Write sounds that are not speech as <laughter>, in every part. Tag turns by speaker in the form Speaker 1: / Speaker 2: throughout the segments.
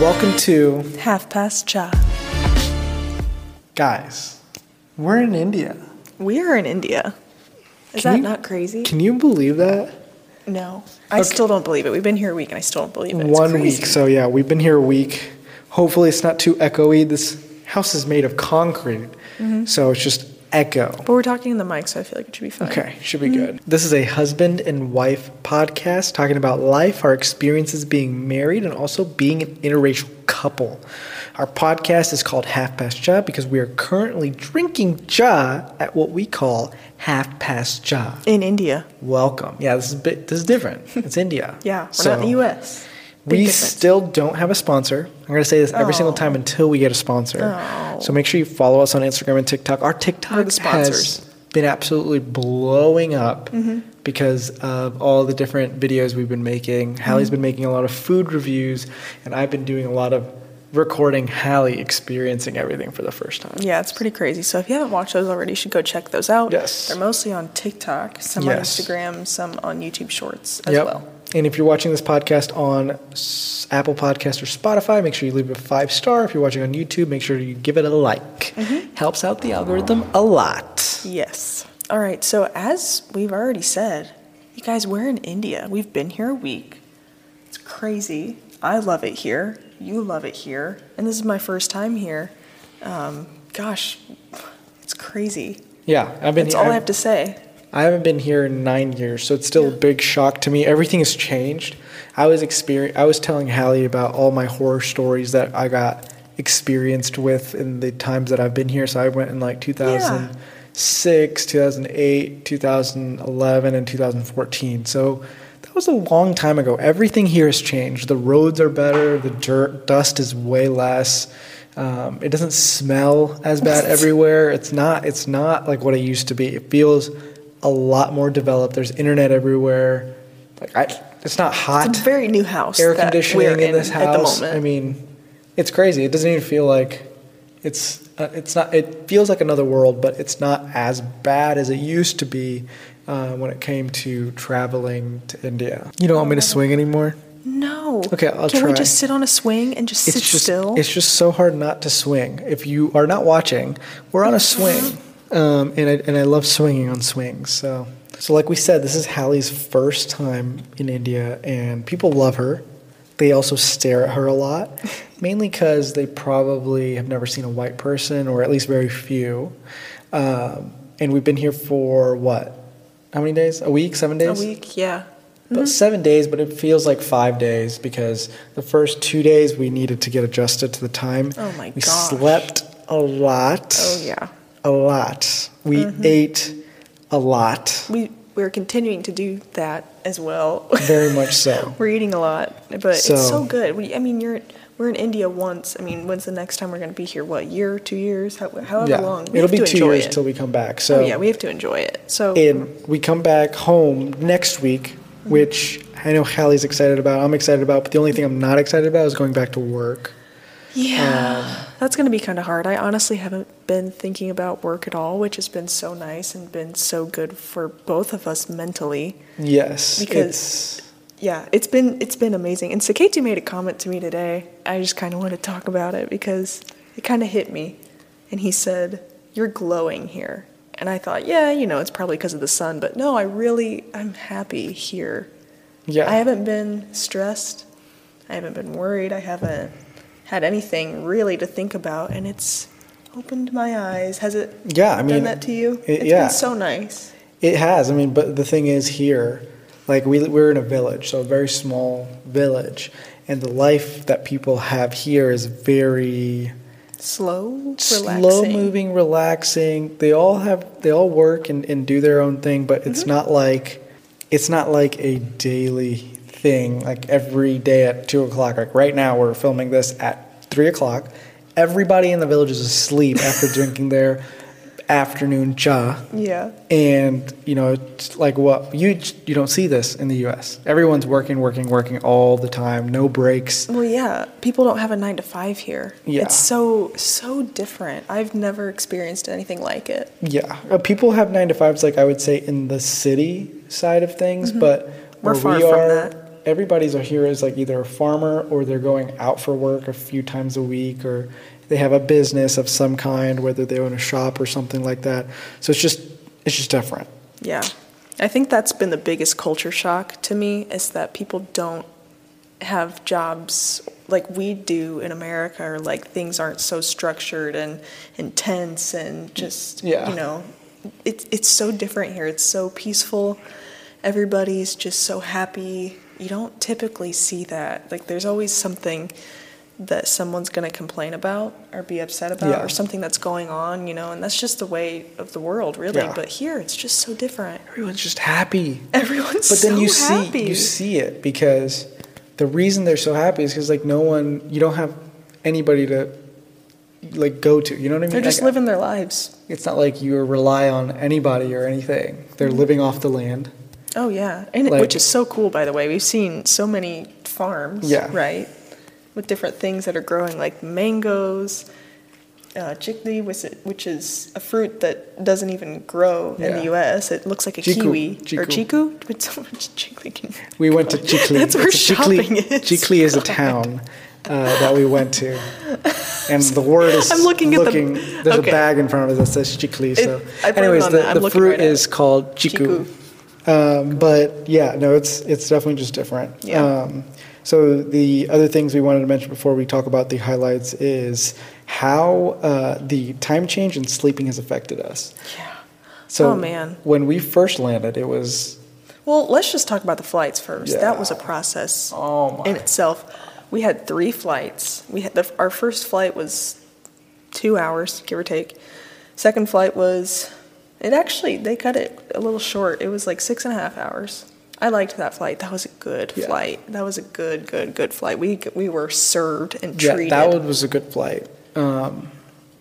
Speaker 1: Welcome to
Speaker 2: Half past cha.
Speaker 1: guys. We're in India.
Speaker 2: We are in India. Is
Speaker 1: Can
Speaker 2: that
Speaker 1: you-
Speaker 2: not crazy?
Speaker 1: Can you believe that?
Speaker 2: no. I still don't believe it. We've been here a week and I still don't believe it. It's
Speaker 1: One
Speaker 2: crazy.
Speaker 1: week. So yeah, we've been here a week. Hopefully, it's not too echoey. This house is made of concrete, so it's just echo.
Speaker 2: But we're talking in the mic, so I feel like it should be fine.
Speaker 1: Okay, should be good. This is a husband and wife podcast talking about life, our experiences being married, and also being an interracial couple. Our podcast is called Half Past Ja because we are currently drinking Ja at what we call Half Past Ja.
Speaker 2: In India.
Speaker 1: Welcome. Yeah, this is a bit, this is
Speaker 2: <laughs>
Speaker 1: different. It's India.
Speaker 2: Yeah. We're not in the U.S. Big
Speaker 1: We
Speaker 2: difference.
Speaker 1: still don't have a sponsor. I'm going to say this every single
Speaker 2: Oh.
Speaker 1: time until we get a sponsor.
Speaker 2: Oh.
Speaker 1: So make sure you follow us on Instagram and TikTok. Our
Speaker 2: We're
Speaker 1: TikTok
Speaker 2: the
Speaker 1: has
Speaker 2: sponsors. Mm-hmm.
Speaker 1: been absolutely blowing up because of all the different videos we've been making.
Speaker 2: Mm-hmm.
Speaker 1: Hallie's been making a lot of food reviews, and I've been doing a lot of recording Hallie experiencing everything for the first time.
Speaker 2: Yeah, it's pretty crazy. So if you haven't watched those already, you should go check those out.
Speaker 1: Yes.
Speaker 2: They're mostly on TikTok, some on
Speaker 1: Yes.
Speaker 2: Instagram, some on YouTube Shorts as well.
Speaker 1: And if you're watching this podcast on S- Apple Podcast or Spotify, make sure you leave it a five star. If you're watching on YouTube, make sure you give it a like. Helps out the algorithm a lot.
Speaker 2: Yes. All right. So as we've already said, you guys, we're in India. We've been here a week. It's crazy. I love it here. You love it here. And this is my first time here. Um, gosh, it's crazy.
Speaker 1: Yeah, I've been.
Speaker 2: That's
Speaker 1: here-
Speaker 2: all I
Speaker 1: I've-
Speaker 2: have to say.
Speaker 1: I haven't been here in nine years, so it's still a big shock to me. Everything has changed. I was exper- I was telling Hallie about all my horror stories that I got experienced with in the times that I've been here. So I went in like 2006, 2008, 2011, and 2014. So that was a long time ago. Everything here has changed. The roads are better. The dirt dust is way less. Um, it doesn't smell as bad everywhere. It's not. It's not like what it used to be. It feels a lot more developed. There's internet everywhere. Like I, it's not hot.
Speaker 2: It's a very new house.
Speaker 1: Air
Speaker 2: that
Speaker 1: conditioning
Speaker 2: we're
Speaker 1: in, this house.
Speaker 2: At the moment.
Speaker 1: I mean, it's crazy. It doesn't even feel like it's. Uh, it's not. It feels like another world, but it's not as bad as it used to be uh, when it came to traveling to India. You don't want me to swing anymore.
Speaker 2: no.
Speaker 1: Okay, I'll
Speaker 2: Oh. Can
Speaker 1: try.
Speaker 2: we just sit on a swing and just sit
Speaker 1: just,
Speaker 2: still?
Speaker 1: It's just so hard not to swing. If you are not watching, we're on a swing, um, and I, and I love swinging on swings. So so like we said, this is Hallie's first time in India, and people love her. They also stare at her a lot,
Speaker 2: <laughs>
Speaker 1: mainly because they probably have never seen a white person, or at least very few. Um, and we've been here for what? How many days? A week? Seven
Speaker 2: a
Speaker 1: days?
Speaker 2: week. Yeah. Mm-hmm.
Speaker 1: About seven days, but it feels like five days because the first two days we needed to get adjusted to the time.
Speaker 2: Oh my
Speaker 1: We
Speaker 2: gosh.
Speaker 1: slept a lot.
Speaker 2: Oh yeah. Mm-hmm.
Speaker 1: A lot. We ate a lot.
Speaker 2: We we're continuing to do that as well. <laughs>
Speaker 1: Very much so.
Speaker 2: We're eating a lot, but it's
Speaker 1: So-
Speaker 2: so good. We, I mean, you're we're in India once. I mean, when's the next time we're going to be here? What year? Two years? How, however
Speaker 1: yeah.
Speaker 2: long? We
Speaker 1: It'll
Speaker 2: have
Speaker 1: be
Speaker 2: to
Speaker 1: two
Speaker 2: enjoy
Speaker 1: years
Speaker 2: it.
Speaker 1: till we come back. So um,
Speaker 2: Oh yeah, we have to enjoy it. Mm-hmm. So
Speaker 1: and we come back home next week, which I know Hallie's excited about, I'm excited about, but the only thing I'm not excited about is going back to work.
Speaker 2: yeah, that's going to be kind of hard. I honestly haven't been thinking about work at all, which has been so nice and been so good for both of us mentally.
Speaker 1: Yes.
Speaker 2: Because-
Speaker 1: it's-
Speaker 2: yeah, it's been it's been amazing. And Saketu made a comment to me today. I just kind of want to talk about it because it kind of hit me. And he said, "You're glowing here." And I thought, "Yeah, you know, it's probably because of the sun, but no, I really I'm happy here.
Speaker 1: yeah.
Speaker 2: I haven't been stressed. I haven't been worried. I haven't had anything really to think about, and it's opened my eyes. Has it
Speaker 1: yeah, I mean,
Speaker 2: done that to you?
Speaker 1: it-
Speaker 2: It's
Speaker 1: yeah.
Speaker 2: been so nice.
Speaker 1: It has. I mean, but the thing is here, like we we're in a village, so a very small village, and the life that people have here is very
Speaker 2: Slow, relaxing.
Speaker 1: slow moving, relaxing. They all have they all work and, and do their own thing, but it's not like it's not like a daily thing. Like every day at two o'clock. Like right now we're filming this at three o'clock. Everybody in the village is asleep after drinking their afternoon cha
Speaker 2: Yeah.
Speaker 1: and you know it's like what you you don't see this in the U.S. Everyone's working, working, working all the time, no breaks.
Speaker 2: Well, yeah, people don't have a nine to five here.
Speaker 1: Yeah.
Speaker 2: It's so, so different. I've never experienced anything like it.
Speaker 1: Yeah, Uh, people have nine to fives, like I would say in the city side of things, but
Speaker 2: Mm-hmm. We're
Speaker 1: where
Speaker 2: far
Speaker 1: we
Speaker 2: from
Speaker 1: are,
Speaker 2: that.
Speaker 1: everybody's a hero is like either a farmer or they're going out for work a few times a week or they have a business of some kind, whether they own a shop or something like that. So it's just it's just different.
Speaker 2: Yeah. I think that's been the biggest culture shock to me is that people don't have jobs like we do in America or like things aren't so structured and intense and just
Speaker 1: Yeah.
Speaker 2: you know it's it's so different here. It's so peaceful. Everybody's just so happy. You don't typically see that. Like there's always something that someone's going to complain about or be upset about
Speaker 1: Yeah.
Speaker 2: or something that's going on, you know, and that's just the way of the world really,
Speaker 1: Yeah.
Speaker 2: but here it's just so different. <laughs>
Speaker 1: Everyone's just happy.
Speaker 2: Everyone's
Speaker 1: But then
Speaker 2: so
Speaker 1: you
Speaker 2: happy.
Speaker 1: see you see it because the reason they're so happy is because like no one you don't have anybody to like go to. You know what I mean?
Speaker 2: They're just
Speaker 1: Like, uh,
Speaker 2: living their lives.
Speaker 1: It's not like you rely on anybody or anything. They're
Speaker 2: Mm-hmm.
Speaker 1: living off the land.
Speaker 2: Oh yeah, and it
Speaker 1: Like-
Speaker 2: which is so cool, by the way. We've seen so many farms,
Speaker 1: Yeah.
Speaker 2: right, with different things that are growing, like mangoes, uh, chickpea, which is, which is a fruit that doesn't even grow in the
Speaker 1: Yeah.
Speaker 2: U.S. It looks like a
Speaker 1: Chiku.
Speaker 2: kiwi
Speaker 1: Chiku.
Speaker 2: or chiku. But so much
Speaker 1: <laughs>
Speaker 2: chickpea can-
Speaker 1: We went to Chicli.
Speaker 2: That's where
Speaker 1: It's a Chicli-
Speaker 2: shopping is.
Speaker 1: Chicli is a town uh, that we went to, and the word is.
Speaker 2: I'm looking at the-
Speaker 1: There's
Speaker 2: okay.
Speaker 1: a bag in front of us that says Chicli. So,
Speaker 2: It- I put it
Speaker 1: anyways,
Speaker 2: on
Speaker 1: the,
Speaker 2: that. I'm
Speaker 1: the
Speaker 2: looking
Speaker 1: fruit
Speaker 2: right at
Speaker 1: is called chiku.
Speaker 2: Chiku.
Speaker 1: Um, but yeah, no, it's it's definitely just different.
Speaker 2: Yeah.
Speaker 1: Um, so the other things we wanted to mention before we talk about the highlights is how uh, the time change and sleeping has affected us.
Speaker 2: Yeah.
Speaker 1: So
Speaker 2: Oh, man.
Speaker 1: when we first landed, it was
Speaker 2: Well, let's just talk about the flights first. That was a
Speaker 1: Yeah.
Speaker 2: process
Speaker 1: Oh, my.
Speaker 2: in itself. We had three flights. We had the, our first flight was two hours, give or take. Second flight was it actually they cut it a little short. It was like six and a half hours. I liked that flight. That was a good
Speaker 1: Yeah.
Speaker 2: flight. That was a good, good, good flight. We we were served and
Speaker 1: Yeah,
Speaker 2: treated.
Speaker 1: that one was a good flight. Um,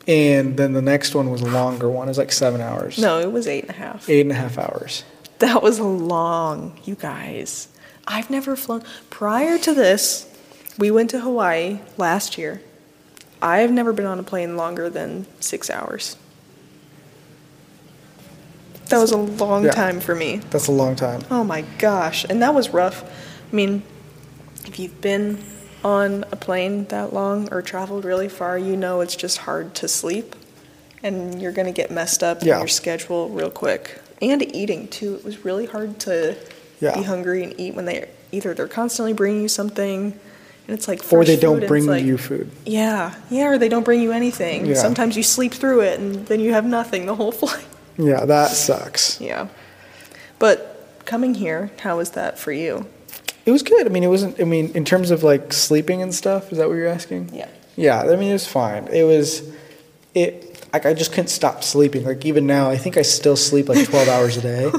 Speaker 1: and then the next one was a longer one. It was like seven hours.
Speaker 2: no, it was eight and a half.
Speaker 1: Eight and a half hours.
Speaker 2: That was long, you guys. I've never flown. Prior to this, we went to Hawaii last year. I've never been on a plane longer than six hours. That was a long
Speaker 1: Yeah.
Speaker 2: time for me.
Speaker 1: That's a long time.
Speaker 2: Oh my gosh. And that was rough. I mean, if you've been on a plane that long or traveled really far, you know it's just hard to sleep and you're going to get messed up
Speaker 1: Yeah.
Speaker 2: in your schedule real quick. And eating too. It was really hard to
Speaker 1: Yeah.
Speaker 2: be hungry and eat when they either they're constantly bringing you something and it's like
Speaker 1: Or
Speaker 2: fresh
Speaker 1: they
Speaker 2: food, and
Speaker 1: don't
Speaker 2: it's
Speaker 1: bring
Speaker 2: like-
Speaker 1: you food.
Speaker 2: Yeah. Yeah, or they don't bring you anything.
Speaker 1: Yeah.
Speaker 2: Sometimes you sleep through it and then you have nothing the whole <laughs> flight.
Speaker 1: Yeah, that sucks.
Speaker 2: Yeah. But coming here, how was that for you?
Speaker 1: It was good. I mean, it wasn't. I mean, in terms of like sleeping and stuff, is that what you're asking?
Speaker 2: Yeah.
Speaker 1: Yeah. I mean, it was fine. It was. It. Like, I just couldn't stop sleeping. Like even now, I think I still sleep like
Speaker 2: <laughs>
Speaker 1: 12 hours a day.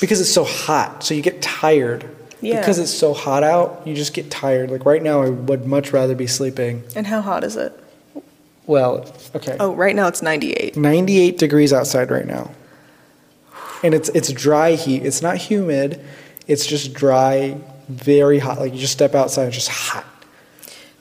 Speaker 1: Because it's so hot, so you get tired.
Speaker 2: Yeah.
Speaker 1: Because it's so hot out, you just get tired. Like right now, I would much rather be sleeping
Speaker 2: And how hot is it?
Speaker 1: Well, okay.
Speaker 2: Oh, right now it's 98.
Speaker 1: 98 degrees outside right now. And it's it's dry heat. It's not humid. It's just dry, very hot. Like you just step outside, it's just hot.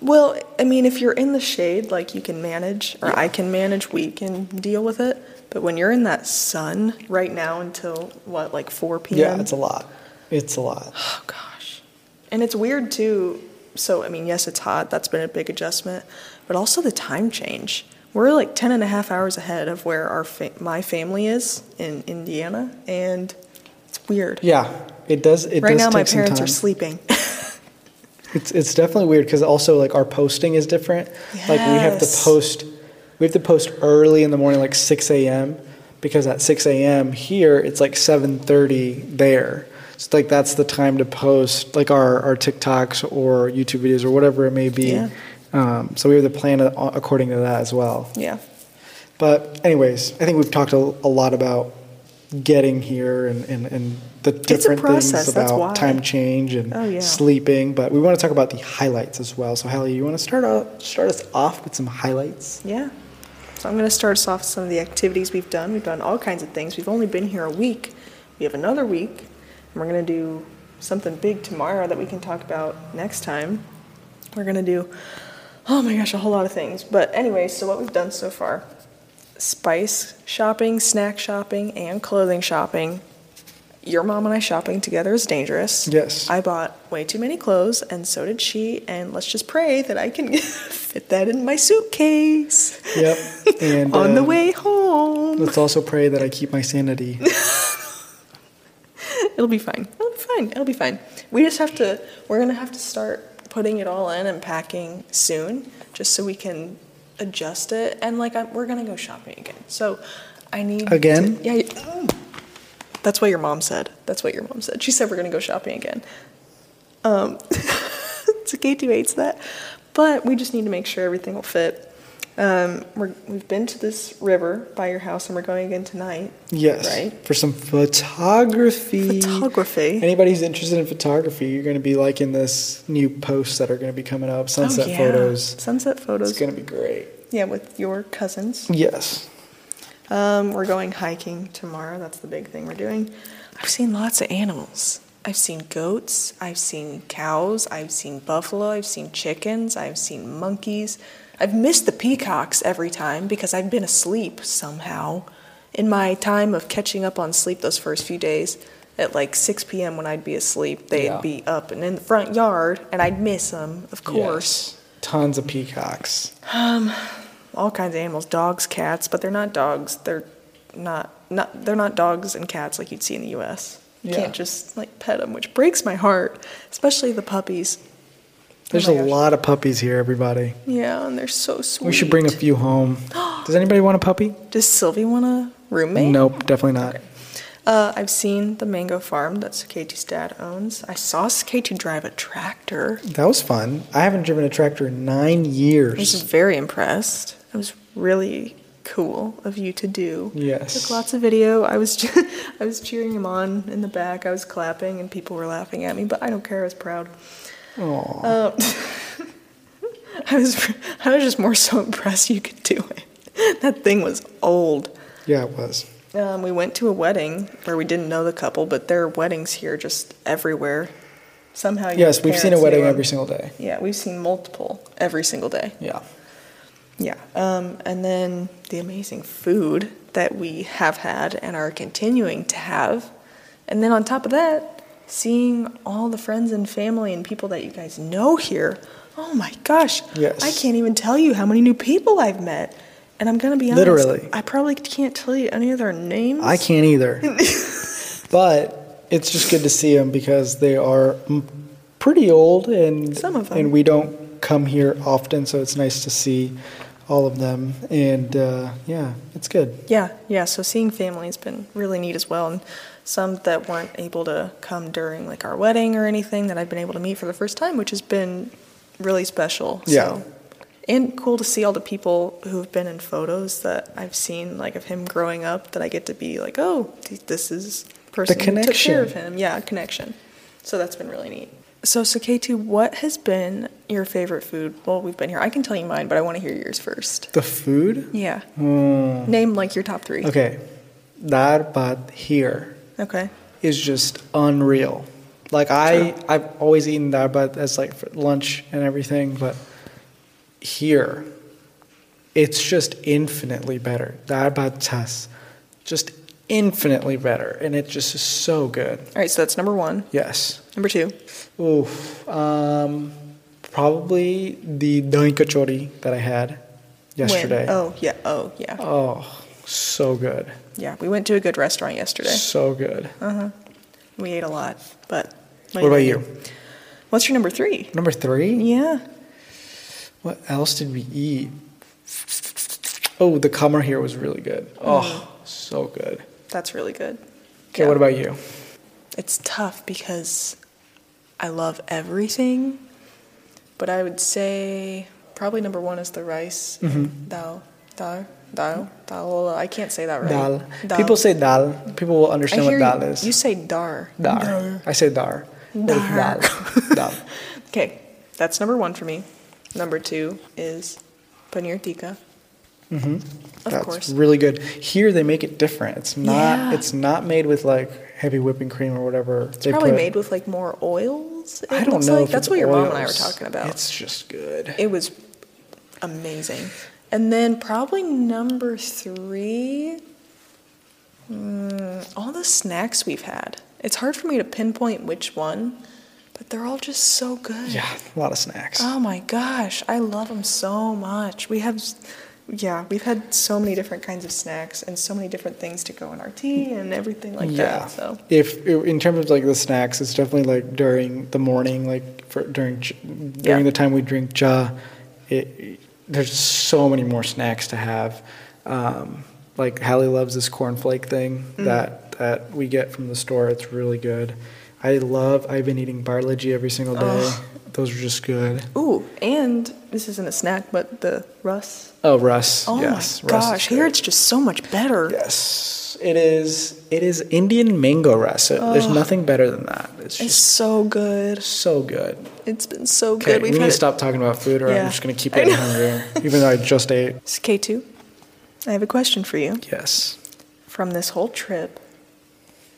Speaker 2: Well, I mean, if you're in the shade, like you can manage, or I can manage, we can deal with it. But when you're in that sun right now until what, like 4 p.m.?
Speaker 1: Yeah, it's a lot. It's a lot.
Speaker 2: Oh gosh. And it's weird too. So, I mean, yes, it's hot. That's been a big adjustment. But also the time change. We're like 10 and a half hours ahead of where our fa- my family is in Indiana. And it's weird.
Speaker 1: Yeah, it does. It
Speaker 2: right
Speaker 1: does
Speaker 2: now,
Speaker 1: take
Speaker 2: my
Speaker 1: some
Speaker 2: parents
Speaker 1: time.
Speaker 2: are sleeping. <laughs>
Speaker 1: It's it's definitely weird because also like our posting is different. Like we have to
Speaker 2: Yes.
Speaker 1: post, we have to post early in the morning, like six a.m. Because at six a.m. here, it's like seven thirty there. So like that's the time to post like our our TikToks or YouTube videos or whatever it may be.
Speaker 2: Yeah.
Speaker 1: Um, so we have to plan a- according to that as well.
Speaker 2: yeah.
Speaker 1: But anyways, I think we've talked a, a lot about getting here and, and, and the different
Speaker 2: process,
Speaker 1: things
Speaker 2: that's why.
Speaker 1: about time change and
Speaker 2: Oh, yeah.
Speaker 1: sleeping. But we want to talk about the highlights as well. So Hallie, you want to start out, start us off with some highlights?
Speaker 2: Yeah. So I'm going to start us off with some of the activities we've done. We've done all kinds of things. We've only been here a week. We have another week, and we're going to do something big tomorrow that we can talk about next time. We're going to do, oh my gosh, a whole lot of things. But anyway, so what we've done so far spice shopping, snack shopping, and clothing shopping your mom and I shopping together is dangerous.
Speaker 1: Yes.
Speaker 2: I bought way too many clothes, and so did she. And let's just pray that I can <laughs> fit that in my suitcase
Speaker 1: Yep. And
Speaker 2: <laughs> on the
Speaker 1: um,
Speaker 2: way home.
Speaker 1: Let's also pray that I keep my
Speaker 2: <laughs>
Speaker 1: sanity.
Speaker 2: It'll be fine. It'll be fine. It'll be fine. We just have to, we're going to have to start putting it all in and packing soon just so we can adjust it. And like, I, we're going to go shopping again. So I need. to-
Speaker 1: Again?
Speaker 2: yeah. you- That's what your mom said. That's what your mom said. She said we're going to go shopping again. Um, <laughs> it's okay to hates that. But we just need to make sure everything will fit. Um, we're, we've been to this river by your house and we're going again tonight.
Speaker 1: Yes.
Speaker 2: Right.
Speaker 1: For some photography.
Speaker 2: Photography.
Speaker 1: Anybody who's interested in photography, you're going to be liking this new posts that are going to be coming up, sunset
Speaker 2: Oh, yeah.
Speaker 1: photos.
Speaker 2: Sunset photos.
Speaker 1: It's going to be great.
Speaker 2: Yeah, with your cousins.
Speaker 1: Yes.
Speaker 2: Um, we're going hiking tomorrow. That's the big thing we're doing. I've seen lots of animals. I've seen goats. I've seen cows. I've seen buffalo. I've seen chickens. I've seen monkeys. I've missed the peacocks every time because I've been asleep somehow. In my time of catching up on sleep those first few days, at like 6 p.m. when I'd be asleep, they'd
Speaker 1: Yeah.
Speaker 2: be up and in the front yard, and I'd miss them, of course. Oh
Speaker 1: Yes. Tons of peacocks.
Speaker 2: Um, all kinds of animals dogs cats but they're not dogs they're not not they're not dogs and cats like you'd see in the us you
Speaker 1: Yeah.
Speaker 2: can't just like pet them which breaks my heart especially the puppies Oh
Speaker 1: There's
Speaker 2: my
Speaker 1: a
Speaker 2: gosh.
Speaker 1: lot of puppies here, everybody.
Speaker 2: yeah and they're so sweet
Speaker 1: We should bring a few
Speaker 2: <gasps>
Speaker 1: home. Does anybody want a puppy?
Speaker 2: does sylvie want a roommate
Speaker 1: Nope, definitely not.
Speaker 2: uh, i've seen the mango farm that saketu's dad owns i saw saketu drive a tractor
Speaker 1: That was fun. I haven't driven a tractor in nine years.
Speaker 2: i was very impressed it was really cool of you to do
Speaker 1: yes.
Speaker 2: Took lots of video. I was <laughs> I was cheering him on in the back. I was clapping and people were laughing at me, but I don't care. I was proud.
Speaker 1: Aw.
Speaker 2: Uh, <laughs> I was I was just more so impressed you could do it. <laughs> That thing was old.
Speaker 1: yeah, it was.
Speaker 2: Um, we went to a wedding where we didn't know the couple, but there are weddings here just everywhere. Somehow, your
Speaker 1: Yes, we've seen a
Speaker 2: parents
Speaker 1: wedding
Speaker 2: knew 'em.
Speaker 1: every single day.
Speaker 2: Yeah, we've seen multiple every single day.
Speaker 1: Yeah.
Speaker 2: Yeah. Um, and then the amazing food that we have had and are continuing to have. And then on top of that, seeing all the friends and family and people that you guys know here. Oh my gosh.
Speaker 1: Yes.
Speaker 2: I can't even tell you how many new people I've met. And I'm going to be honest.
Speaker 1: Literally.
Speaker 2: I probably can't tell you any of their names.
Speaker 1: I can't
Speaker 2: <laughs>
Speaker 1: either. but it's just good to see them because they are mm, pretty old and
Speaker 2: Some of 'em.
Speaker 1: and we don't come here often, so it's nice to see all of them. And uh, yeah, it's good.
Speaker 2: Yeah, yeah. So seeing family has been really neat as well, and some that weren't able to come during like our wedding or anything that I've been able to meet for the first time, which has been really special.
Speaker 1: Yeah.
Speaker 2: So, and cool to see all the people who've been in photos that I've seen, like of him growing up, that I get to be like, oh, th- this is the person who took care
Speaker 1: connection.
Speaker 2: of him. Yeah, connection. So that's been really neat. So Saketu, what has been your favorite food while we've been here? I can tell you mine, but I want to hear yours first.
Speaker 1: The food.
Speaker 2: Yeah.
Speaker 1: Mm.
Speaker 2: Name like your top three.
Speaker 1: Okay, dar bat here.
Speaker 2: okay.
Speaker 1: is just unreal. Like I, I've always eaten that, but as like for lunch and everything. But here, it's just infinitely better. Darbatas, just infinitely better, and it just is so good.
Speaker 2: All right, so that's number one.
Speaker 1: Yes.
Speaker 2: Number two.
Speaker 1: Oof. Um, probably the doing kachori that I had
Speaker 2: when-
Speaker 1: yesterday.
Speaker 2: Oh yeah. Oh yeah.
Speaker 1: oh, so good,
Speaker 2: Yeah. We went to a good restaurant yesterday. Oh,
Speaker 1: so good.
Speaker 2: We ate a lot, but.
Speaker 1: What about you?
Speaker 2: What's your number three?
Speaker 1: Number three.
Speaker 2: Yeah.
Speaker 1: What else did we eat? Oh, the comer here was really good.
Speaker 2: Mm-hmm.
Speaker 1: Oh, so good.
Speaker 2: That's really good.
Speaker 1: Okay,
Speaker 2: Yeah.
Speaker 1: what about you?
Speaker 2: It's tough because I love everything, but I would say probably number one is the rice.
Speaker 1: Mm-hmm.
Speaker 2: Dal. Dal. Dal. Dal. I can't say that right.
Speaker 1: Dal. People say dal. People will understand what
Speaker 2: hear
Speaker 1: dal
Speaker 2: you,
Speaker 1: is.
Speaker 2: You say dar.
Speaker 1: dar. I say dar. but it's
Speaker 2: Dar.
Speaker 1: Dal. <laughs> dal.
Speaker 2: Okay, that's number one for me. Number two is paneer tikka. Mm-hmm. <laughs> Of
Speaker 1: That's
Speaker 2: course.
Speaker 1: really good. Here they make it different. It's not
Speaker 2: Yeah.
Speaker 1: it's not made with like heavy whipping cream or whatever. It's they
Speaker 2: Probably
Speaker 1: put.
Speaker 2: made with like more oils. It
Speaker 1: I don't
Speaker 2: looks
Speaker 1: know.
Speaker 2: Like.
Speaker 1: if
Speaker 2: that's
Speaker 1: it's
Speaker 2: what your mom and I were
Speaker 1: oils.
Speaker 2: talking about.
Speaker 1: It's just good.
Speaker 2: it was amazing. And then probably number three, mm, all the snacks we've had. It's hard for me to pinpoint which one, but they're all just so good.
Speaker 1: Yeah, a lot of snacks.
Speaker 2: Oh my gosh, I love them so much. We have, s- yeah, we've had so many different kinds of snacks and so many different things to go in our tea and everything like
Speaker 1: yeah.
Speaker 2: that. So
Speaker 1: If in terms of like the snacks, it's definitely like during the morning, like for, during ch- during the time we drink cha, it, there's so many more snacks to have. Um, like Hallie loves this cornflake thing
Speaker 2: Mm-hmm.
Speaker 1: that that we get from the store. It's really good. I love. I've been eating barligi every single day. Those are just good.
Speaker 2: ooh, and this isn't a snack, but the Russ.
Speaker 1: Oh, Russ.
Speaker 2: Oh
Speaker 1: yes,
Speaker 2: my
Speaker 1: Russ is
Speaker 2: gosh, here
Speaker 1: great.
Speaker 2: it's just so much better.
Speaker 1: Yes, it is. It is Indian mango Russ. It- There's nothing better than that. It's
Speaker 2: It's
Speaker 1: just
Speaker 2: so good.
Speaker 1: so good.
Speaker 2: It's been so
Speaker 1: Okay,
Speaker 2: good.
Speaker 1: we
Speaker 2: We've
Speaker 1: need
Speaker 2: had
Speaker 1: to
Speaker 2: it-
Speaker 1: stop talking about food, or I'm
Speaker 2: Yeah.
Speaker 1: just gonna keep
Speaker 2: I
Speaker 1: getting
Speaker 2: know.
Speaker 1: hungry, even though I just ate.
Speaker 2: So, K2, I have a question for you.
Speaker 1: Yes.
Speaker 2: From this whole trip,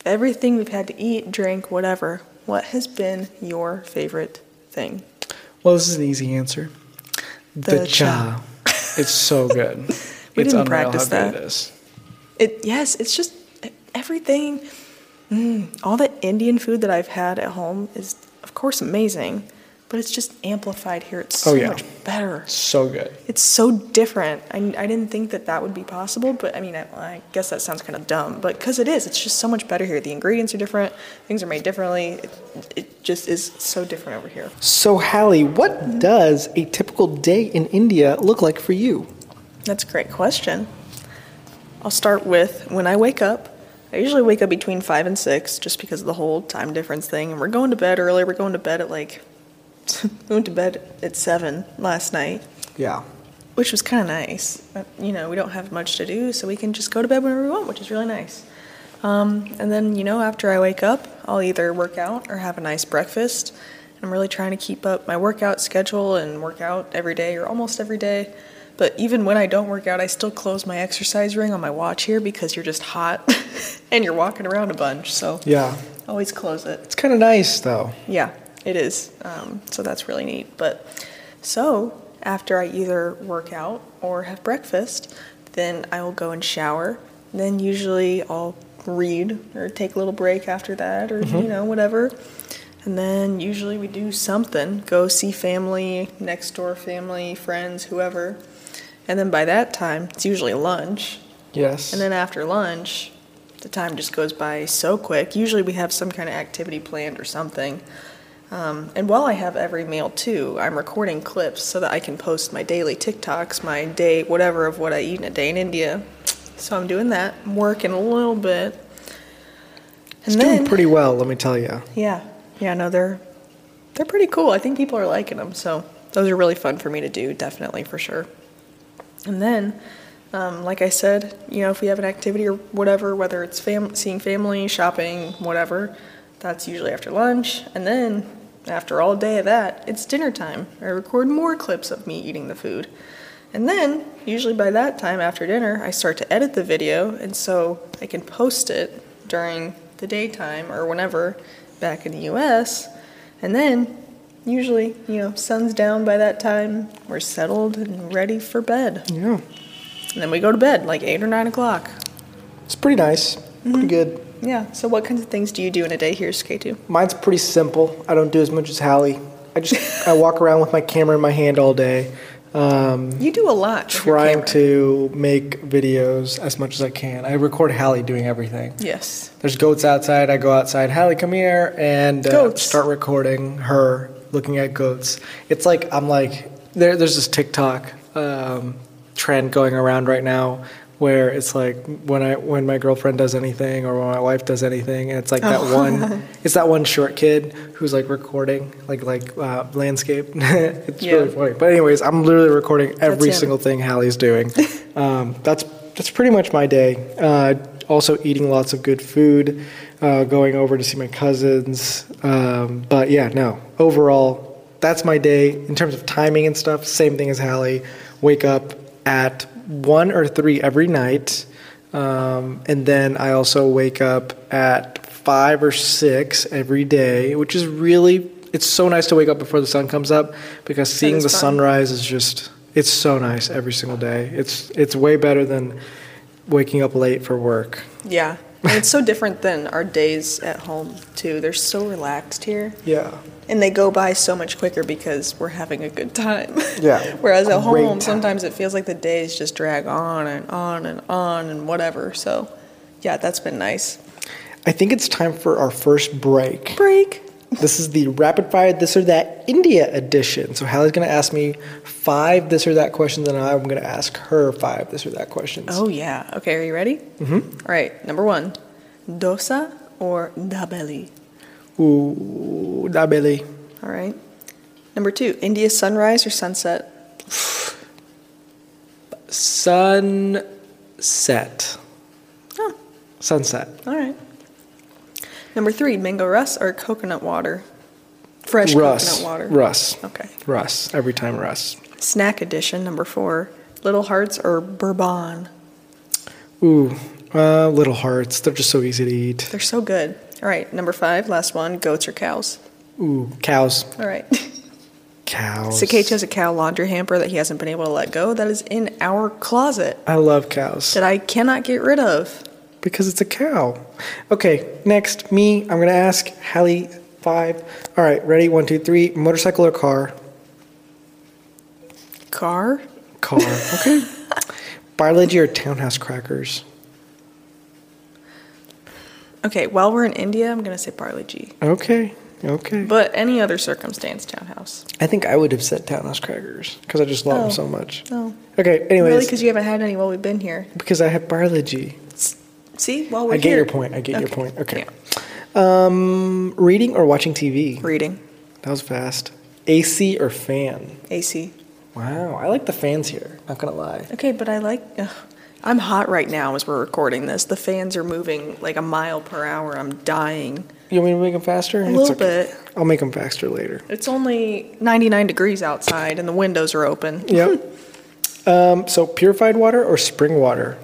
Speaker 2: everything we've had to eat, drink, whatever, what has been your favorite thing?
Speaker 1: Well, this is an easy answer. The,
Speaker 2: The
Speaker 1: cha.
Speaker 2: cha.
Speaker 1: <laughs> It's so good.
Speaker 2: <laughs> We
Speaker 1: it's
Speaker 2: didn't
Speaker 1: unreal
Speaker 2: practice
Speaker 1: how good
Speaker 2: that.
Speaker 1: it is.
Speaker 2: It yes, it's just everything. Mm, all the Indian food that I've had at home is, of course, amazing, but it's just amplified here. It's so
Speaker 1: Oh, yeah.
Speaker 2: much better.
Speaker 1: So good.
Speaker 2: It's so different. I, I didn't think that that would be possible, but I mean, I, I guess that sounds kind of dumb, but because it is, it's just so much better here. The ingredients are different, things are made differently. It, it just is so different over here.
Speaker 3: So, Hallie, what does a typical day in India look like for you?
Speaker 2: That's a great question. I'll start with when I wake up. I usually wake up between 5 and 6 just because of the whole time difference thing. And we're going to bed early. We're going to bed at like, <laughs> we went to bed at 7 last night,
Speaker 1: Yeah.
Speaker 2: which was kind of nice. Uh, You know, we don't have much to do, so we can just go to bed whenever we want, which is really nice. Um, and then, you know, after I wake up, I'll either work out or have a nice breakfast. I'm really trying to keep up my workout schedule and work out every day or almost every day. But even when I don't work out, I still close my exercise ring on my watch here because you're just hot <laughs> and you're walking around a bunch. So
Speaker 1: Yeah.
Speaker 2: always close it.
Speaker 1: It's kind of nice though.
Speaker 2: Yeah, it is. Um, so that's really neat. But so after I either work out or have breakfast, then I will go and shower. Then usually I'll read or take a little break after that or, you know, whatever. And then usually we do something go see family, next door family, friends, whoever. And then by that time, it's usually lunch.
Speaker 1: Yes.
Speaker 2: And then after lunch, the time just goes by so quick. Usually we have some kind of activity planned or something. Um, and while I have every meal too, I'm recording clips so that I can post my daily TikToks, my day, whatever of what I eat in a day in India. So I'm doing that. I'm working a little bit.
Speaker 1: it's
Speaker 2: And
Speaker 1: doing pretty well, let me tell you.
Speaker 2: yeah, yeah, no, they're they're pretty cool. I think people are liking them, so those are really fun for me to do, definitely for sure. And then, um, like I said, you know, if we have an activity or whatever, whether it's fam- seeing family, shopping, whatever, that's usually after lunch. And then after all day of that, it's dinner time. I record more clips of me eating the food. And then, usually by that time after dinner, I start to edit the video, and so I can post it during the daytime or whenever back in the US. And then, usually, you know, sun's down by that time, we're settled and ready for bed.
Speaker 1: Yeah.
Speaker 2: And then we go to bed like 8 or 9 o'clock.
Speaker 1: It's pretty nice.
Speaker 2: Mm-hmm.
Speaker 1: Pretty good.
Speaker 2: Yeah, so what kinds of things do you do in a day here, K2?
Speaker 1: Mine's pretty simple. I don't do as much as Hallie. I just I walk around with my camera in my hand all day. Um,
Speaker 2: You do a lot. with your
Speaker 1: trying
Speaker 2: camera.
Speaker 1: to make videos as much as I can. I record Hallie doing everything.
Speaker 2: Yes.
Speaker 1: There's goats outside. I go outside. Hallie, come here, and uh,
Speaker 2: Goats.
Speaker 1: start recording her looking at goats. It's like I'm like there. There's this TikTok um, trend going around right now where it's like when I when my girlfriend does anything or when my wife does anything, and it's like
Speaker 2: Oh.
Speaker 1: that
Speaker 2: <laughs>
Speaker 1: one. It's that one short kid who's like recording like like uh, landscape. <laughs> it's
Speaker 2: Yeah.
Speaker 1: really funny. But anyways, I'm literally recording every
Speaker 2: him.
Speaker 1: single thing Hallie's doing. um, that's that's pretty much my day. Uh, also eating lots of good food, uh, going over to see my cousins. Um, but yeah, no. Overall, that's my day in terms of timing and stuff. Same thing as Hallie. Wake up at one or three every night, um, and then I also wake up at five or six every day, which is really. It's so nice to wake up before the sun comes up because seeing
Speaker 2: is
Speaker 1: the
Speaker 2: fun.
Speaker 1: sun sunrise is just it's so nice every single day. It's it's way better than waking up late for work.
Speaker 2: Yeah. And it's so different than our days at home too. They're so relaxed here,
Speaker 1: Yeah.
Speaker 2: and they go by so much quicker because we're having a good time.
Speaker 1: Yeah,
Speaker 2: <laughs> Whereas at
Speaker 1: great
Speaker 2: home,
Speaker 1: time.
Speaker 2: sometimes it feels like the days just drag on and on and on and whatever. So, yeah, that's been nice.
Speaker 1: I think it's time for our first break.
Speaker 2: Break.
Speaker 1: This is the rapid fire this or that India edition. So Hallie's going to ask me five this or that questions, and I'm going to ask her five this or that questions.
Speaker 2: Oh yeah. Okay, are you ready? Mm-hmm. All right. Number one, dosa or dabeli.
Speaker 1: Ooh, dabeli.
Speaker 2: All right. Number two, India sunrise or sunset.
Speaker 1: Sunset.
Speaker 2: Oh,
Speaker 1: Sunset.
Speaker 2: all right. Number three, mango russ or coconut water. Fresh
Speaker 1: Russ.
Speaker 2: coconut water.
Speaker 1: Russ.
Speaker 2: Okay.
Speaker 1: Russ. Every time Russ.
Speaker 2: Snack edition. Number four, little hearts or bourbon.
Speaker 1: Ooh, uh, little hearts. They're just so easy to eat.
Speaker 2: They're so good. All right. Number five, last one, goats or cows.
Speaker 1: Ooh, cows.
Speaker 2: All right. <laughs>
Speaker 1: Cows.
Speaker 2: Sakechi has a cow laundry hamper that he hasn't been able to let go. That is in our closet.
Speaker 1: I love cows
Speaker 2: that I cannot get rid of.
Speaker 1: because it's a cow. Okay, next, me. I'm going to ask Hallie five. All right, ready? One, two, three. Motorcycle or car?
Speaker 2: Car? <laughs>
Speaker 1: Car. Okay. Biology or townhouse crackers?
Speaker 2: Okay, while we're in India, I'm going to say Parley G.
Speaker 1: Okay. Okay.
Speaker 2: But any other circumstance, townhouse.
Speaker 1: I think I would have said townhouse crackers because I just love
Speaker 2: Oh.
Speaker 1: them so much.
Speaker 2: No.
Speaker 1: Okay,
Speaker 2: Really?
Speaker 1: anyways,
Speaker 2: Because you haven't had any while we've been here.
Speaker 1: because I have biology.
Speaker 2: See? While we're
Speaker 1: I get
Speaker 2: Oh, here.
Speaker 1: your point. I get your
Speaker 2: Okay.
Speaker 1: point. Okay.
Speaker 2: Yeah.
Speaker 1: Um, reading or watching TV?
Speaker 2: Reading.
Speaker 1: That was fast. AC or fan?
Speaker 2: AC.
Speaker 1: Wow, I like the fans here. Not gonna lie.
Speaker 2: Okay, but I like. Ugh. I'm hot right now as we're recording this. The fans are moving like a mile per hour. I'm dying.
Speaker 1: You want me to make them faster?
Speaker 2: A little bit.
Speaker 1: I'll make them faster later.
Speaker 2: It's only 99 degrees outside and the windows are open.
Speaker 1: Yep. <laughs> um, so purified water or spring water?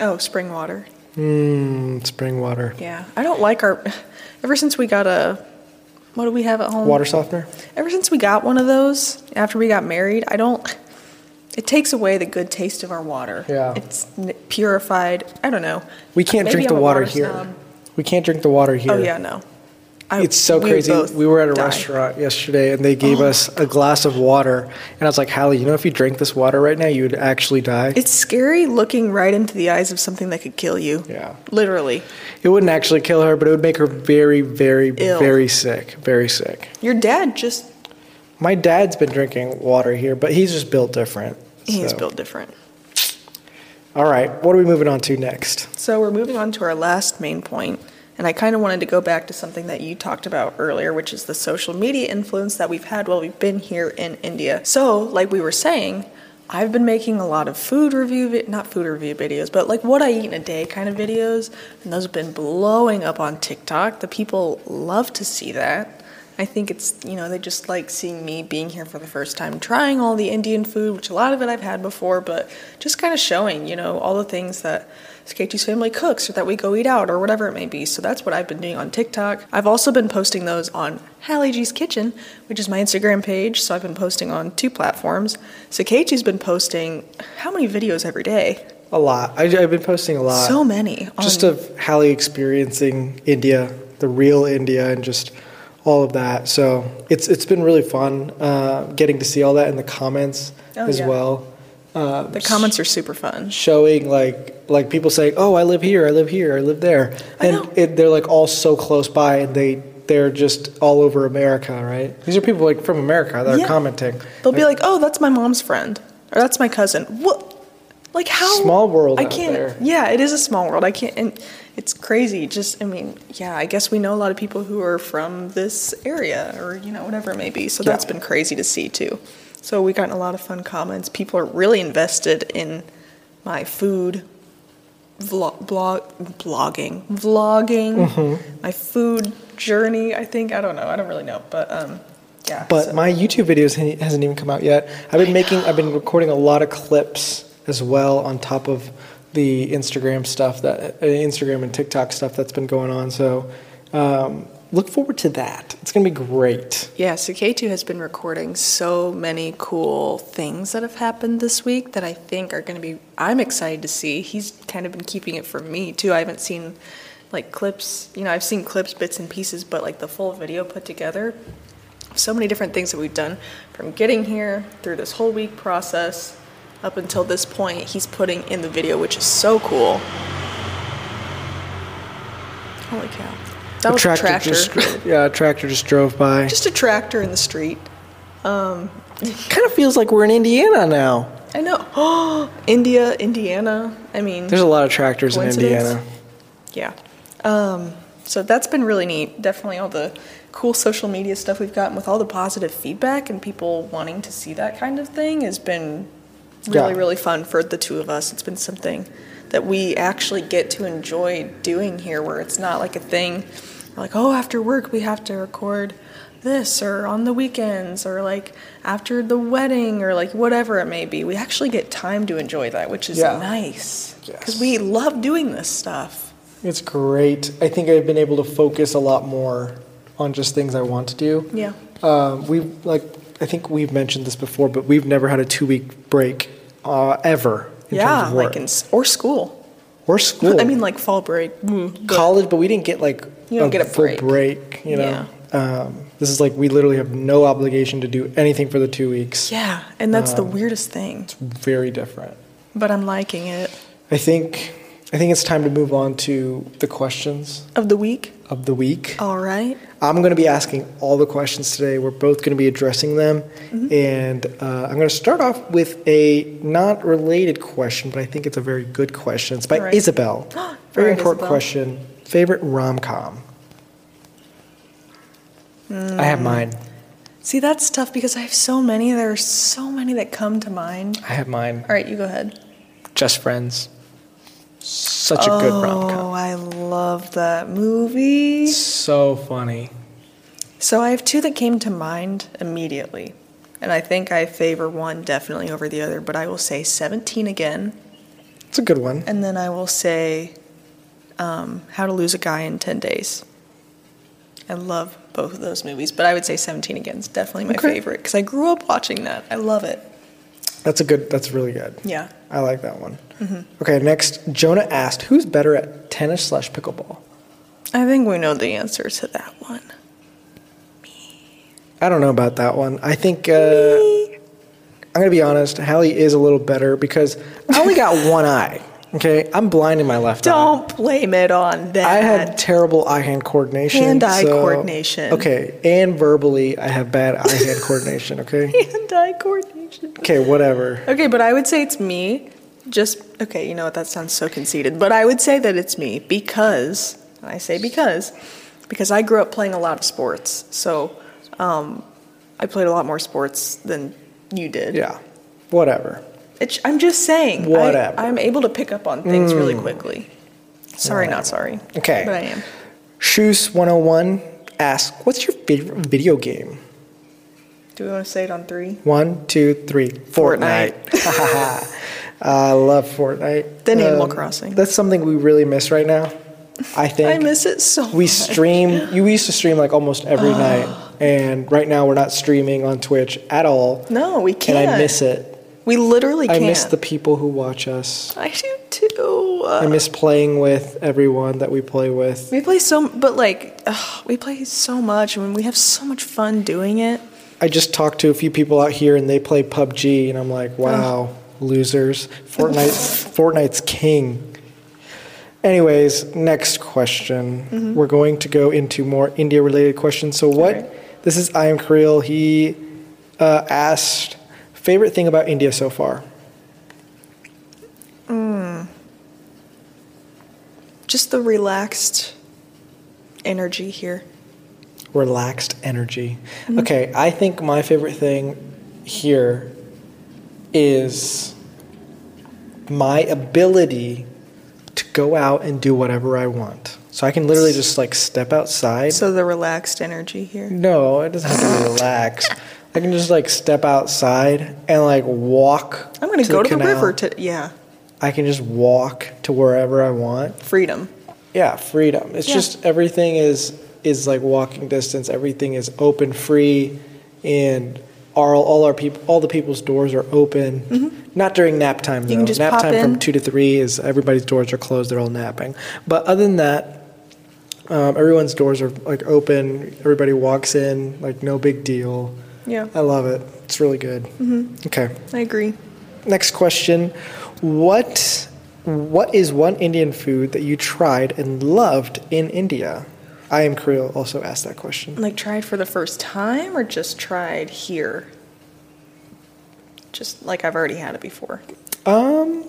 Speaker 2: Oh, spring water.
Speaker 1: Mmm, spring water.
Speaker 2: Yeah. I don't like our. Ever since we got a. What do we have at home?
Speaker 1: Water softener?
Speaker 2: Ever since we got one of those after we got married, I don't. It takes away the good taste of our water.
Speaker 1: Yeah.
Speaker 2: It's n- purified. I don't know.
Speaker 1: We can't
Speaker 2: Maybe
Speaker 1: drink the
Speaker 2: I'm a
Speaker 1: water,
Speaker 2: water
Speaker 1: here.
Speaker 2: snob.
Speaker 1: We can't drink the water here.
Speaker 2: Oh, yeah, no. I,
Speaker 1: It's so
Speaker 2: we would
Speaker 1: crazy.
Speaker 2: both
Speaker 1: We were at a
Speaker 2: die. Oh.
Speaker 1: restaurant yesterday and they gave us a glass of water. And I was like, Hallie, you know, if you drank this water right now, you would actually die.
Speaker 2: It's scary looking right into the eyes of something that could kill you.
Speaker 1: Yeah.
Speaker 2: Literally.
Speaker 1: It wouldn't actually kill her, but it would make her very, very,
Speaker 2: Ill.
Speaker 1: very sick. Very sick.
Speaker 2: Your dad just.
Speaker 1: My dad's been drinking water here, but he's just built different.
Speaker 2: He's
Speaker 1: so.
Speaker 2: built different.
Speaker 1: All right, what are we moving on to next?
Speaker 2: So we're moving on to our last main point, and I kind of wanted to go back to something that you talked about earlier, which is the social media influence that we've had while we've been here in India. So, like we were saying, I've been making a lot of food review, vi- not food review videos, but like what I eat in a day kind of videos, and those have been blowing up on TikTok. The people love to see that. I think it's, you know, they just like seeing me being here for the first time, trying all the Indian food, which a lot of it I've had before, but just kind of showing, you know, all the things that Skati's family cooks or that we go eat out or whatever it may be. So that's what I've been doing on TikTok. I've also been posting those on Hallie G's Kitchen, which is my Instagram page. So I've been posting on two platforms. Sakeichi's been posting how many videos every day?
Speaker 1: A lot. I, I've been posting a lot.
Speaker 2: so many. On,
Speaker 1: Just of Hallie experiencing India, the real India, and just all of that. So it's it's been really fun uh, getting to see all that in the comments
Speaker 2: Oh,
Speaker 1: as
Speaker 2: yeah.
Speaker 1: well. Um,
Speaker 2: the comments are super fun.
Speaker 1: showing like like people saying, "Oh, I live here, I live here, I live there,"
Speaker 2: I
Speaker 1: and
Speaker 2: know.
Speaker 1: it, they're like all so close by, and they they're just all over America, right? These are people like from America that
Speaker 2: Yeah.
Speaker 1: are commenting.
Speaker 2: They'll be like, "Oh, that's my mom's friend, or that's my cousin." What? Like how
Speaker 1: Small world
Speaker 2: I
Speaker 1: out
Speaker 2: can't.
Speaker 1: there.
Speaker 2: Yeah, it is a small world. I can't. And it's crazy. Just, I mean, yeah. I guess we know a lot of people who are from this area, or you know, whatever it may be. So
Speaker 1: Yeah.
Speaker 2: that's been crazy to see too. So we gotten a lot of fun comments. People are really invested in my food vlog, blog, blogging, vlogging,
Speaker 1: Mm-hmm.
Speaker 2: my food journey. I think I don't know. I don't really know, but um, yeah.
Speaker 1: But
Speaker 2: so-
Speaker 1: my YouTube videos ha- hasn't even come out yet. I've been making, I've been recording a lot of clips as well on top of the Instagram stuff that uh, Instagram and TikTok stuff that's been going on. So um,
Speaker 3: look forward to that. It's going to be great.
Speaker 2: Yeah, so K2 has been recording so many cool things that have happened this week that I think are going to be, I'm excited to see. He's kind of been keeping it from me too. I haven't seen like clips, you know, I've seen clips, bits and pieces, but like the full video put together. So many different things that we've done from getting here through this whole week process up until this point, he's putting in the video, which is so cool. Holy cow. That was a tractor.
Speaker 1: just yeah, a tractor just drove by.
Speaker 2: just a tractor in the street.
Speaker 3: Kind of feels like we're in Indiana now.
Speaker 2: I know. <gasps> Oh, India, Indiana. I mean,
Speaker 1: There's a lot of tractors in Indiana.
Speaker 2: yeah. Um, so that's been really neat. Definitely all the cool social media stuff we've gotten with all the positive feedback and people wanting to see that kind of thing has been really,
Speaker 1: Yeah.
Speaker 2: really fun for the two of us. It's been something that we actually get to enjoy doing here where it's not like a thing like, oh, after work we have to record this or on the weekends or like after the wedding or like whatever it may be. We actually get time to enjoy that, which is
Speaker 1: Yeah.
Speaker 2: nice because
Speaker 1: Yes.
Speaker 2: we love doing this stuff.
Speaker 1: It's great. I think I've been able to focus a lot more on just things I want to do.
Speaker 2: Yeah.
Speaker 1: Um, we like I think we've mentioned this before, but we've never had a two week break uh, ever in
Speaker 2: yeah,
Speaker 1: terms of work
Speaker 2: like in s- or school.
Speaker 1: or school.
Speaker 2: I mean, like fall break. Mm, but-
Speaker 1: college, but we didn't get like
Speaker 2: You don't get a
Speaker 1: full
Speaker 2: break.
Speaker 1: you know, um, this is like we literally have no obligation to do anything for the two weeks.
Speaker 2: yeah, and that's the weirdest thing.
Speaker 1: Very different.
Speaker 2: But I'm liking it.
Speaker 1: I think I think it's time to move on to the questions
Speaker 2: Of the week,
Speaker 1: of the week.
Speaker 2: all right.
Speaker 1: I'm going to be asking all the questions today. We're both going to be addressing them,
Speaker 2: Mm-hmm.
Speaker 1: and uh, I'm going to start off with a not related question, but I think it's a very good question. It's by
Speaker 2: All right.
Speaker 1: Isabel.
Speaker 2: <gasps> All
Speaker 1: very
Speaker 2: right,
Speaker 1: important
Speaker 2: Isabel.
Speaker 1: question. Favorite rom com. I have
Speaker 2: Hmm.
Speaker 1: mine.
Speaker 2: See, that's tough because I have so many. There are so many that come to mind.
Speaker 1: I have mine.
Speaker 2: All right, you go ahead.
Speaker 1: Just Friends. Such a good rom
Speaker 2: Oh,
Speaker 1: com.
Speaker 2: I love that movie.
Speaker 1: So funny.
Speaker 2: So I have two that came to mind immediately. And I think I favor one definitely over the other, but I will say 17 again.
Speaker 1: It's a good one.
Speaker 2: And then I will say um, How to Lose a Guy in 10 Days. I love both of those movies, but I would say 17 Again is definitely my
Speaker 1: Okay.
Speaker 2: favorite because I grew up watching that. I love it.
Speaker 1: That's a good. That's really good.
Speaker 2: Yeah.
Speaker 1: I like that one. Okay, next, Jonah asked, "Who's better at tennis slash pickleball?"
Speaker 2: I think we know the answer to that one.
Speaker 1: I don't know about that one. I think uh, I'm gonna be honest. Hallie is a little better because I only
Speaker 2: <laughs>
Speaker 1: got one eye. Okay, I'm blind in my left eye.
Speaker 2: Don't blame it on that. <laughs>
Speaker 1: I had terrible eye-hand coordination.
Speaker 2: Hand-eye
Speaker 1: so-
Speaker 2: coordination.
Speaker 1: Okay, and verbally, I have bad eye-hand coordination.
Speaker 2: <laughs>
Speaker 1: Okay.
Speaker 2: hand eye coordination.
Speaker 1: Okay, whatever.
Speaker 2: Okay, but I would say it's me. Just okay, you know what? That sounds so conceited, but I would say that it's me because and I say because because I grew up playing a lot of sports, so um, I played a lot more sports than you did.
Speaker 1: Yeah, whatever.
Speaker 2: It, I'm just saying. I-
Speaker 1: Whatever. Mm.
Speaker 2: I'm able to pick up on things really quickly. Sorry, not sorry.
Speaker 1: Okay.
Speaker 2: but I am.
Speaker 1: Shoes 101 asks, "What's your favorite video game?"
Speaker 2: Do we want to say it on three?
Speaker 1: One, two, three. Fortnite. <laughs> I love Fortnite. Um,
Speaker 2: Then Animal Crossing.
Speaker 1: That's something we really miss right now. I think.
Speaker 2: I miss it so.
Speaker 1: We
Speaker 2: much.
Speaker 1: stream. You we used to stream like almost
Speaker 2: <gasps>
Speaker 1: every night, and right now we're not streaming on Twitch at all.
Speaker 2: No, we
Speaker 1: And
Speaker 2: can't.
Speaker 1: I miss it.
Speaker 2: We literally
Speaker 1: I
Speaker 2: can't. Uh.
Speaker 1: miss the people who watch us.
Speaker 2: I do too.
Speaker 1: I miss playing with everyone that we play with.
Speaker 2: We play so, but like, ugh, we play so much, and we have so much fun doing it.
Speaker 1: I just talked to a few people out here, and they play PUBG, and I'm like, wow, losers. Fortnite, Fortnite's king. Anyways, next question. We're going to go into more India-related questions. So, what? This is I am Kareel. He uh, asked favorite thing about India so far.
Speaker 2: Just the relaxed energy here.
Speaker 1: relaxed energy. Okay, I think my favorite thing here is my ability to go out and do whatever I want. So I can literally just like step outside.
Speaker 2: So the relaxed energy here.
Speaker 1: no, it doesn't have to
Speaker 2: <laughs>
Speaker 1: be relaxed. I can just like step outside and like walk.
Speaker 2: I'm gonna go to
Speaker 1: canal.
Speaker 2: the river to yeah,
Speaker 1: I can just walk to wherever I want.
Speaker 2: freedom.
Speaker 1: Yeah, freedom. It's
Speaker 2: Yeah.
Speaker 1: just everything is is like walking distance. Everything is open, free, and our, all our people, all the people's doors are open. Not during nap time though.
Speaker 2: Mm-hmm. You can just
Speaker 1: nap
Speaker 2: pop
Speaker 1: time
Speaker 2: in.
Speaker 1: from two to three is everybody's doors are closed. They're all napping. But other than that, um, everyone's doors are like open. Everybody walks in, like no big deal.
Speaker 2: Yeah,
Speaker 1: I love it. It's really good. Mm-hmm. Okay.
Speaker 2: I agree.
Speaker 1: Next question: What what is one Indian food that you tried and loved in India? I am Creole. Also asked that question.
Speaker 2: Like tried for the first time or just tried here? Just like I've already had it before.
Speaker 1: Um,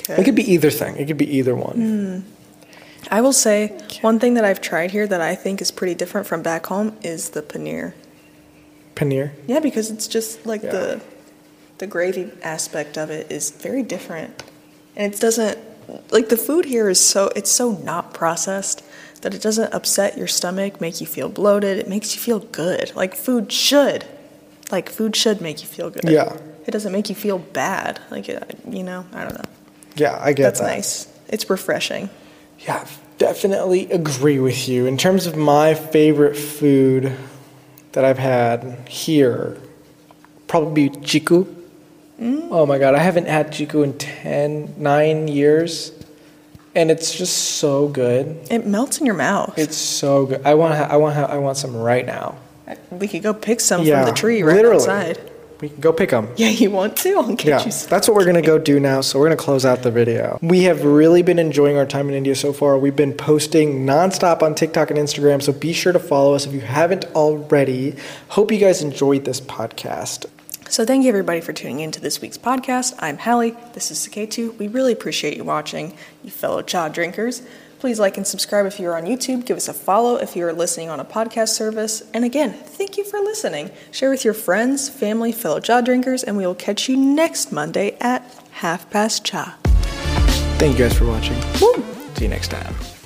Speaker 2: Okay.
Speaker 1: it could be either thing. It could be either
Speaker 2: Mm.
Speaker 1: one.
Speaker 2: I will say one thing that I've tried here that I think is pretty different from back home is the paneer.
Speaker 1: Paneer.
Speaker 2: Yeah, because it's just like
Speaker 1: Yeah.
Speaker 2: the the gravy aspect of it is very different. And it doesn't like the food here is so it's so not processed that it doesn't upset your stomach, make you feel bloated, it makes you feel good. Like food should. Like food should make you feel good.
Speaker 1: Yeah.
Speaker 2: It doesn't make you feel bad. Like it, you know, I don't know.
Speaker 1: Yeah, I get
Speaker 2: That's
Speaker 1: that.
Speaker 2: nice. It's refreshing.
Speaker 1: Yeah, definitely agree with you. In terms of my favorite food that I've had here, probably be chiku. Oh my god, I haven't had chiku in 10, 9 years. And it's just so good.
Speaker 2: It melts in your mouth.
Speaker 1: It's so good. I want ha- I want ha- I want some right now.
Speaker 2: we could go pick some from the tree right
Speaker 1: literally.
Speaker 2: outside. <laughs>
Speaker 1: We can go pick them.
Speaker 2: Yeah, you want to? I'll get
Speaker 1: Yeah,
Speaker 2: you some.
Speaker 1: that's what we're gonna go do now. So we're gonna close out the video. We have really been enjoying our time in India so far. We've been posting nonstop on TikTok and Instagram, so be sure to follow us if you haven't already. Hope you guys enjoyed this podcast.
Speaker 2: So thank you everybody for tuning in to this week's podcast. I'm Hallie. This is Saketu. We really appreciate you watching, you fellow jaw drinkers. Please like and subscribe if you're on YouTube. Give us a follow if you're listening on a podcast service. And again, thank you for listening. Share with your friends, family, fellow jaw drinkers, and we will catch you next Monday at half past cha.
Speaker 1: Thank you guys for watching. See you next time.